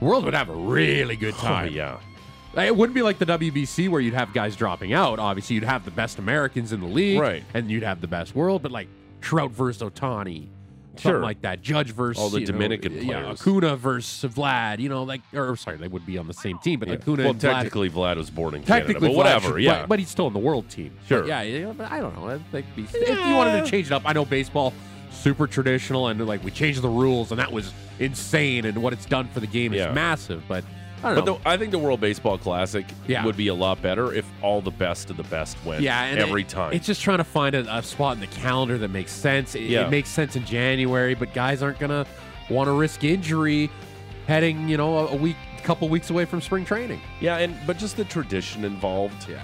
World would have a really good Oh, time. yeah. It wouldn't be like the WBC where you'd have guys dropping out. Obviously, you'd have the best Americans in the league, Right. And you'd have the best world, but like Trout versus Otani, something Sure. like that. Judge versus All the you know, Dominican yeah, players. Acuna versus Vlad. You know, like or sorry, they would be on the same team, but Yeah. Acuna. well, and Vlad, technically, Vlad was born in Canada, technically, but Vlad whatever. should play, yeah, but he's still in the world team. But Sure. yeah, yeah, but I don't know. I think be, if you wanted to change it up, I know baseball super traditional and like we changed the rules and that was insane and what it's done for the game Yeah. is massive. But but I don't know. the, I think the World Baseball Classic Yeah. would be a lot better if all the best of the best went. yeah, and every it- time. It's just trying to find a, a spot in the calendar that makes sense. It, Yeah. it makes sense in January, but guys aren't gonna want to risk injury heading, you know, a, a week, couple weeks away from spring training. yeah, and but just the tradition involved. Yeah.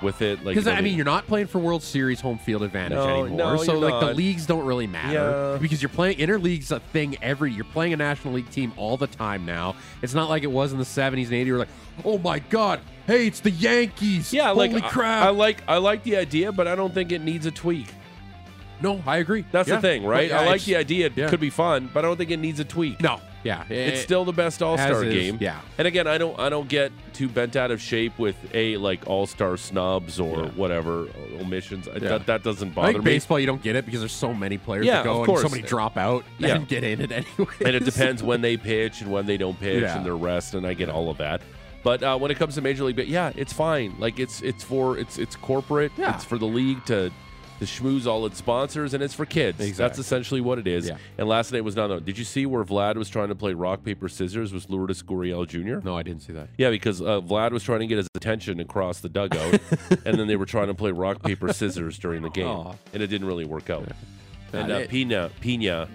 With it, like Because you know, I mean, the- you're not playing for World Series home field advantage No, anymore, no, so you're like the not. leagues don't really matter Yeah. because you're playing interleagues a thing every. You're playing a National League team all the time now. It's not like it was in the '70s and '80s. You're like, oh my god, hey, it's the Yankees. yeah, holy like I- crap. I, like I like the idea, but I don't think it needs a tweak. no, I agree. That's Yeah. the thing, right? Yeah, I like it's- the idea; it yeah. could be fun, but I don't think it needs a tweak. No, yeah, It's Eh, still the best All Star is, game. yeah. And again, I don't I don't get too bent out of shape with a like All Star snubs or whatever omissions. I- Yeah. That that doesn't I bother think me. baseball you don't get it because there's so many players Yeah, that go of and course. so many drop out Yeah. and get in it anyway. and it depends when they pitch and when they don't pitch Yeah. and their rest and I get all of that. But uh, when it comes to Major League, but yeah, it's fine. Like it's it's for it's it's corporate. Yeah. It's for the league to to schmooze all its sponsors and it's for kids. That's Exactly. essentially what it is. Yeah. And last night was not. Did you see where Vlad was trying to play rock paper scissors with Lourdes Gurriel Jr.? No, I didn't see that. Yeah, because uh, Vlad was trying to get his attention across the dugout, and then they were trying to play rock paper scissors during the game, Aw. and it didn't really work out. And Nah, uh, it- Pina Pina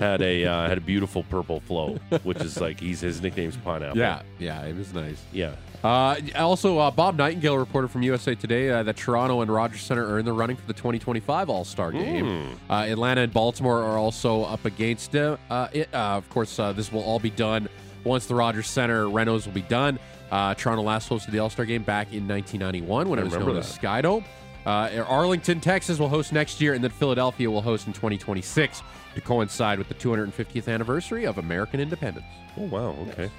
had a uh, had a beautiful purple flow, which is like he's his nickname's pineapple. Yeah, yeah, it was nice. yeah. Uh, also, uh, Bob Nightingale reported from USA Today uh, that Toronto and Rogers Center are in the running for the 2025 All Star game. Uh, Atlanta and Baltimore are also up against it. Uh, it uh, of course, uh, this will all be done once the Rogers Center renos will be done. Uh, Toronto last hosted the All Star game back in 1991 when I it was remember known as Skydo. Uh, Arlington, Texas will host next year, and then Philadelphia will host in 2026 to coincide with the 250th anniversary of American independence. Oh wow. Okay.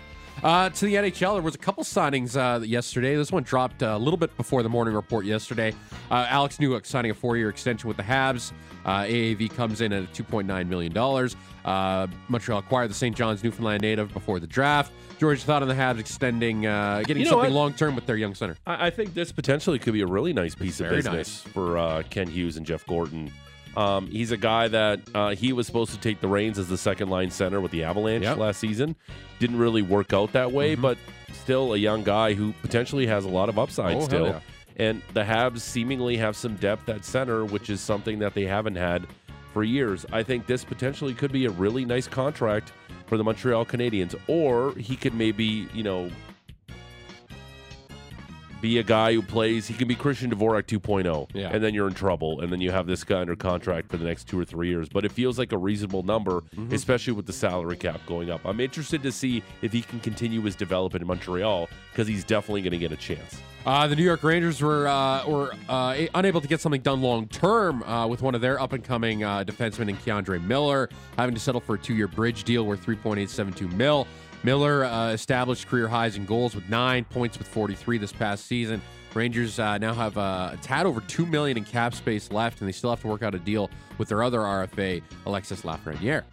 Uh, to the NHL, there was a couple signings uh, yesterday. This one dropped uh, a little bit before the morning report yesterday. Uh, Alex Newhook signing a four-year extension with the Habs. Uh, AAV comes in at two point nine million dollars. Uh, Montreal acquired the St. John's Newfoundland native before the draft. George thought on the Habs extending, uh, getting You know something what? long term with their young center. I, I think this potentially could be a really nice piece of Very business for uh, Ken Hughes and Jeff Gordon. Um, he's a guy that uh, he was supposed to take the reins as the second line center with the Avalanche Yep. Mm-hmm. last season. Didn't really work out that way, but still a young guy who potentially has a lot of upside Oh, hell still. yeah. And the Habs seemingly have some depth at center, which is something that they haven't had for years. I think this potentially could be a really nice contract for the Montreal Canadiens, or he could maybe, you know, be a guy who plays. He can be Christian Dvorak 2.0, Yeah. and then you're in trouble. And then you have this guy under contract for the next two or three years. But it feels like a reasonable number, especially with the salary cap going up. I'm interested to see if he can continue his development in Montreal because he's definitely going to get a chance. Uh, the New York Rangers were uh, were uh, a- unable to get something done long term uh, with one of their up and coming uh, defensemen in Keandre Miller, having to settle for a two year bridge deal worth 3.872 mil. Miller uh, established career highs in goals with nine points with 43 this past season. Rangers uh, now have uh, a tad over two million in cap space left, and they still have to work out a deal with their other RFA, Alexis Lafreniere.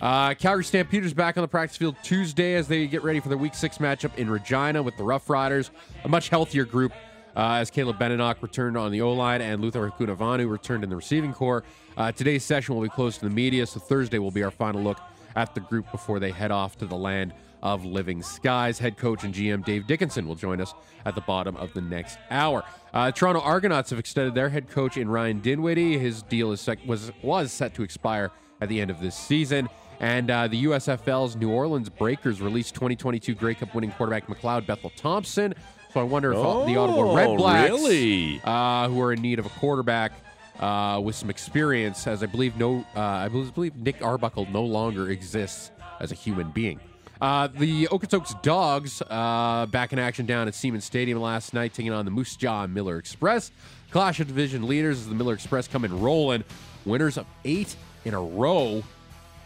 Uh, Calgary Stampeders back on the practice field Tuesday as they get ready for their Week Six matchup in Regina with the Rough Riders, a much healthier group. Uh, as Caleb Beninock returned on the O line and Luther Hakunavanu returned in the receiving core. Uh, today's session will be closed to the media, so Thursday will be our final look at the group before they head off to the land of living skies. Head coach and GM Dave Dickinson will join us at the bottom of the next hour. Uh, Toronto Argonauts have extended their head coach in Ryan Dinwiddie. His deal is sec- was was set to expire at the end of this season. And uh, the USFL's New Orleans Breakers released 2022 Grey Cup winning quarterback McLeod Bethel Thompson. So I wonder if all the Ottawa Oh, Red Blacks, really? uh, who are in need of a quarterback uh, with some experience, as I believe no, uh, I believe Nick Arbuckle no longer exists as a human being. Uh, the Okotoks Dogs uh, back in action down at Siemens Stadium last night, taking on the Moose Jaw and Miller Express. Clash of division leaders as the Miller Express come in rolling, winners of eight in a row.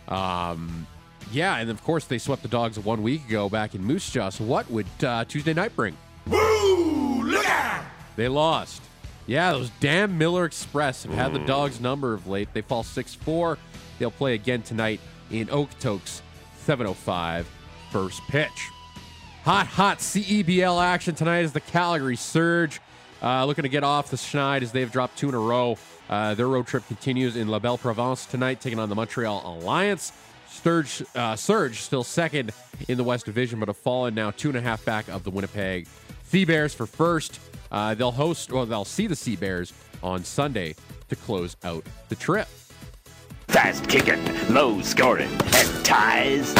Um, yeah, and of course they swept the dogs one week ago back in Moose Jaw. So what would uh, Tuesday night bring? They lost. Yeah, those damn Miller Express have had the dogs' number of late. They fall 6 4. They'll play again tonight in Okotoks, 7.05 first pitch. Hot, hot CEBL action tonight is the Calgary Surge. Uh, looking to get off the schneid as they've dropped two in a row. Uh, their road trip continues in La Belle Provence tonight, taking on the Montreal Alliance. Sturge, uh, Surge still second in the West Division, but have fallen now two and a half back of the Winnipeg Sea Bears for first. Uh, they'll host, well, they'll see the Sea Bears on Sunday to close out the trip. Fast kicking, low scoring, and ties.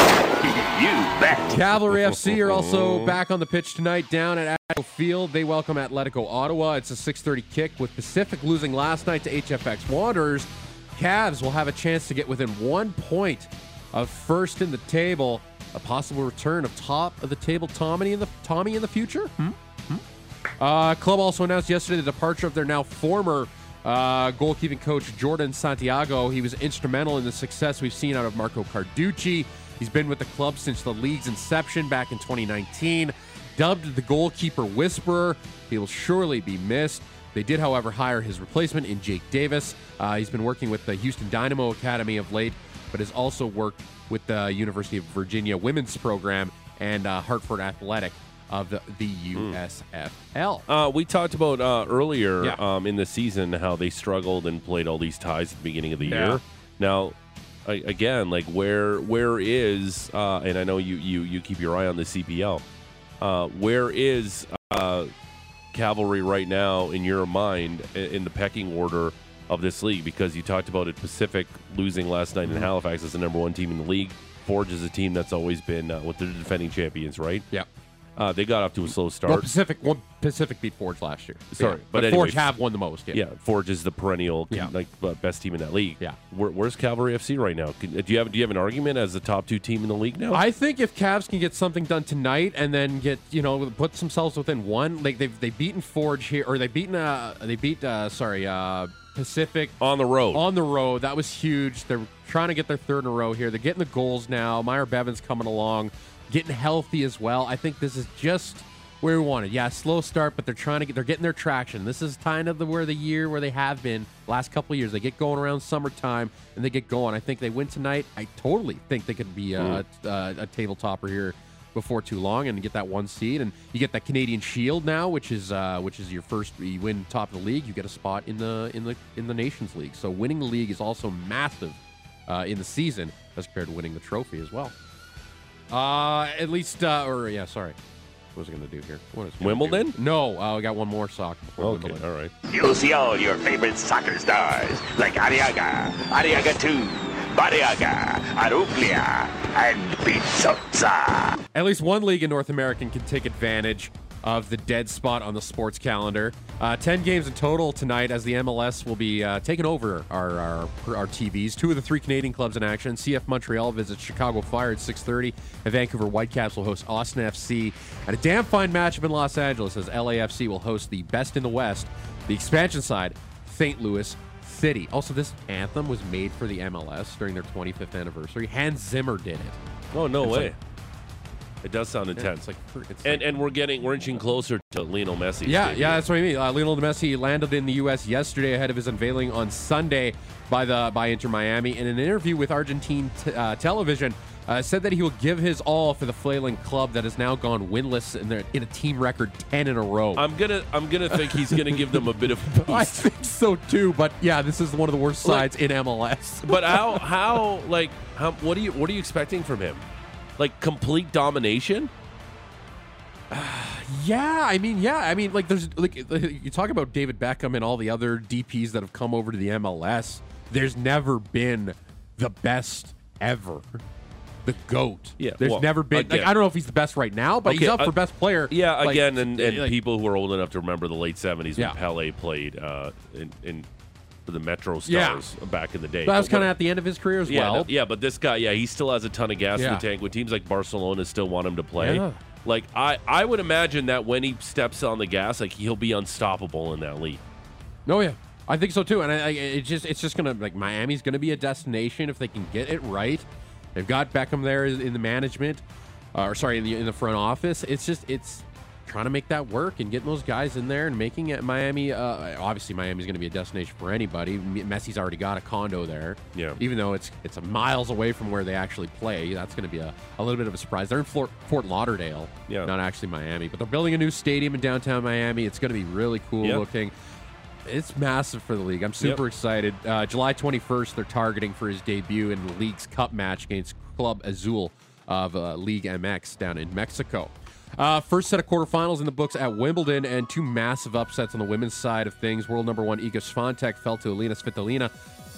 you bet. Cavalry FC are also back on the pitch tonight down at Atco Field. They welcome Atletico Ottawa. It's a 6:30 kick with Pacific losing last night to HFX Wanderers. Cavs will have a chance to get within 1 point of first in the table. A possible return of top of the table Tommy in the Tommy in the future? Uh, club also announced yesterday the departure of their now former uh, goalkeeping coach Jordan Santiago. He was instrumental in the success we've seen out of Marco Carducci. He's been with the club since the league's inception back in 2019. Dubbed the goalkeeper whisperer, he will surely be missed. They did, however, hire his replacement in Jake Davis. Uh, he's been working with the Houston Dynamo Academy of late, but has also worked with the University of Virginia women's program and uh, Hartford Athletic of the, the USFL. Hmm. Uh, we talked about uh, earlier Yeah. um, in the season how they struggled and played all these ties at the beginning of the Yeah. year. Now, a- again, like where where is uh, and I know you you you keep your eye on the CPL. Uh, where is uh, cavalry right now in your mind i- in the pecking order of this league? Because you talked about it, Pacific losing last night in Mhm. Halifax as the number one team in the league. Forge is a team that's always been uh, with the defending champions, right? Yeah. Uh, they got off to a slow start. Well, Pacific won, Pacific beat Forge last year. Sorry, Yeah. but, but anyway, Forge have won the most. Yeah. Forge is the perennial Yeah. like uh, best team in that league. Yeah, Where, where's Cavalry FC right now? Can, do you have do you have an argument as the top two team in the league now? I think if Cavs can get something done tonight and then get you know put themselves within one, like they've they beaten Forge here or they beaten uh they beat uh sorry uh Pacific on the road on the road that was huge. They're trying to get their third in a row here. They're getting the goals now. Meyer Bevan's coming along, getting healthy as well. I think this is just where we wanted. Yeah, slow start, but they're trying to get they're getting their traction. This is kind of the where the year where they have been last couple of years. They get going around summertime and they get going. I think they win tonight. I totally think they could be uh, Mm. uh, a table topper here before too long and get that one seed and you get that Canadian Shield now, which is uh, which is your first you win top of the league, you get a spot in the in the in the Nations League. So winning the league is also massive uh, in the season as compared to winning the trophy as well. Uh, at least, uh, or yeah, sorry. What was I going to do here? What is Wimbledon? No, uh, we got one more sock. Before okay, Wimbledon. all right. You'll see all your favorite soccer stars like Ariaga, Ariaga 2, Bariaga, Aruglia, and Pizzozza. At least one league in North America can take advantage of the dead spot on the sports calendar. Uh, 10 games in total tonight as the MLS will be uh, taking over our, our our TVs. Two of the three Canadian clubs in action. CF Montreal visits Chicago Fire at 6.30, and Vancouver Whitecaps will host Austin FC. And a damn fine matchup in Los Angeles as LAFC will host the best in the West, the expansion side, St. Louis City. Also, this anthem was made for the MLS during their 25th anniversary. Hans Zimmer did it. Oh no It's way. like- it does sound Yeah, intense. it's like- it's and and we're getting we're inching closer to Lionel Messi. Yeah, yeah, that's what I mean. Uh, Lionel Messi landed in the U.S. yesterday ahead of his unveiling on Sunday by the by Inter Miami. In an interview with Argentine t- uh, television, uh, said that he will give his all for the flailing club that has now gone winless and they're in a team record ten in a row. I'm gonna I'm gonna think he's gonna give them a bit of a I think so too, but yeah, this is one of the worst sides in MLS. But how how like how what do you what are you expecting from him? Like complete domination? Yeah, I mean, yeah, I mean, like, there's like you talk about David Beckham and all the other DPS that have come over to the MLS. There's never been the best ever, the goat. Yeah, there's well, never been. Like, again. I don't know if he's the best right now, but he's Okay, up uh, for best player. Yeah, like, again, and, and like- people who are old enough to remember the late seventies Yeah. when Pele played uh, in, in for the Metro Yeah. Stars back in the day. That was But what- kind of at the end of his career as yeah, well. no- yeah, but this guy, yeah, he still has a ton of gas in Yeah. the tank. When teams like Barcelona still want him to play, Yeah. like I, I would imagine that when he steps on the gas, like he'll be unstoppable in that league. No, Oh, yeah, I think so too. And I, I it just it's just gonna like Miami's gonna be a destination if they can get it right. They've got Beckham there in the management, uh, or sorry, in the in the front office. It's just it's trying to make that work and getting those guys in there and making it Miami. Uh, obviously, Miami's going to be a destination for anybody. M- Messi's already got a condo there. Yeah. Even though it's it's a miles away from where they actually play, that's going to be a, a little bit of a surprise. They're in Fort, Fort Lauderdale, Yeah. not actually Miami, but they're building a new stadium in downtown Miami. It's going to be really cool Yeah. looking. It's massive for the league. I'm super excited. Uh, July 21st, they're targeting for his debut in the league's cup match against Club Azul of uh, League MX down in Mexico. Uh, first set of quarterfinals in the books at Wimbledon, and two massive upsets on the women's side of things. World number one Iga Swiatek fell to Alina Svitolina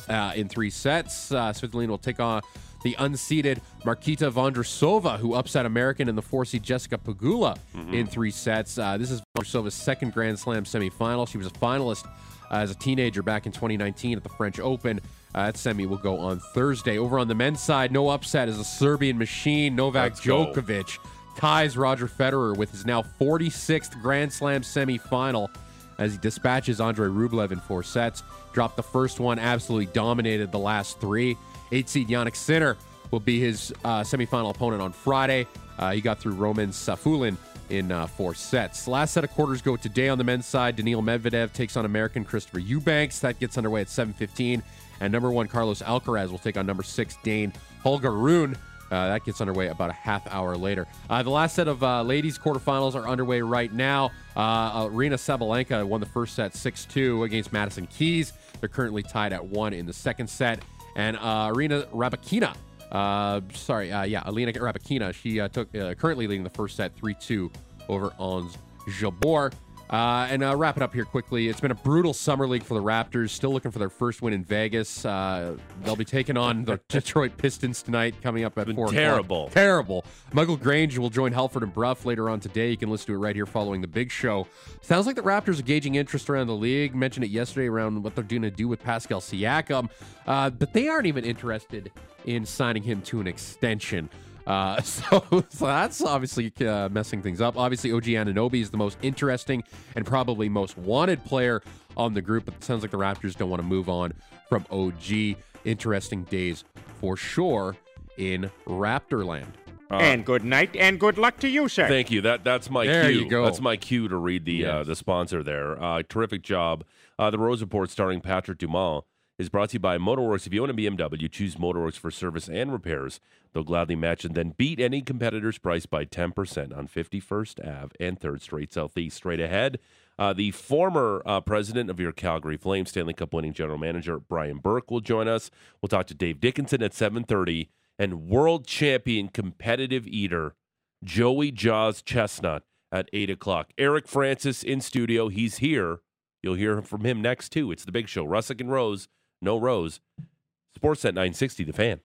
uh, in three sets. Uh, Svitolina will take on the unseeded Markita Vondrasova, who upset American and the four seed Jessica Pagula Mm-hmm. in three sets. Uh, this is Vondrasova's second Grand Slam semifinal. She was a finalist uh, as a teenager back in 2019 at the French Open. Uh, that semi will go on Thursday. Over on the men's side, no upset is a Serbian machine, Novak Let's go. Djokovic, ties Roger Federer with his now 46th Grand Slam semifinal as he dispatches Andre Rublev in four sets. Dropped the first one, absolutely dominated the last three. Eight seed Yannick Sinner will be his uh, semifinal opponent on Friday. Uh, he got through Roman Safulin in uh, four sets. Last set of quarters go today on the men's side. Daniil Medvedev takes on American Christopher Eubanks. That gets underway at 7:15, and number one Carlos Alcaraz will take on number six Dane Holgaroon. Uh, that gets underway about a half hour later. Uh, the last set of uh, ladies quarterfinals are underway right now. Uh, Arena Sabalenka won the first set 6 2 against Madison Keys. They're currently tied at 1 in the second set. And uh, Arena Rabakina, uh, sorry, uh, yeah, Alina Rabakina, she uh, took uh, currently leading the first set 3 2 over Ons Jabor. Uh, and uh, wrap it up here quickly. It's been a brutal summer league for the Raptors. Still looking for their first win in Vegas. Uh, they'll be taking on the Detroit Pistons tonight, coming up at four. o'clock. terrible. terrible. Michael Grange will join Helford and Bruff later on today. You can listen to it right here following the big show. Sounds like the Raptors are gauging interest around the league. Mentioned it yesterday around what they're going to do with Pascal Siakam, uh, but they aren't even interested in signing him to an extension. Uh, so, so that's obviously uh, messing things up. Obviously, OG Ananobi is the most interesting and probably most wanted player on the group, but it sounds like the Raptors don't want to move on from OG. Interesting days for sure in Raptorland. and good night and good luck to you, sir. Thank you. That that's my There cue. you go. That's my cue to read the uh, the sponsor there. Uh, terrific job. Uh, the Rose Report starring Patrick Dumont is brought to you by Motorworks. If you own a BMW, choose Motorworks for service and repairs. They'll gladly match and then beat any competitor's price by 10% on 51st Ave and 3rd Street Southeast. Straight ahead, uh, the former uh, president of your Calgary Flames, Stanley Cup winning general manager Brian Burke, will join us. We'll talk to Dave Dickinson at 7:30 and world champion competitive eater Joey Jaws Chestnut at 8 o'clock. Eric Francis in studio. He's here. You'll hear from him next, too. It's the big show. Russick and Rose. No Rose. Sportsnet 960, The Fan.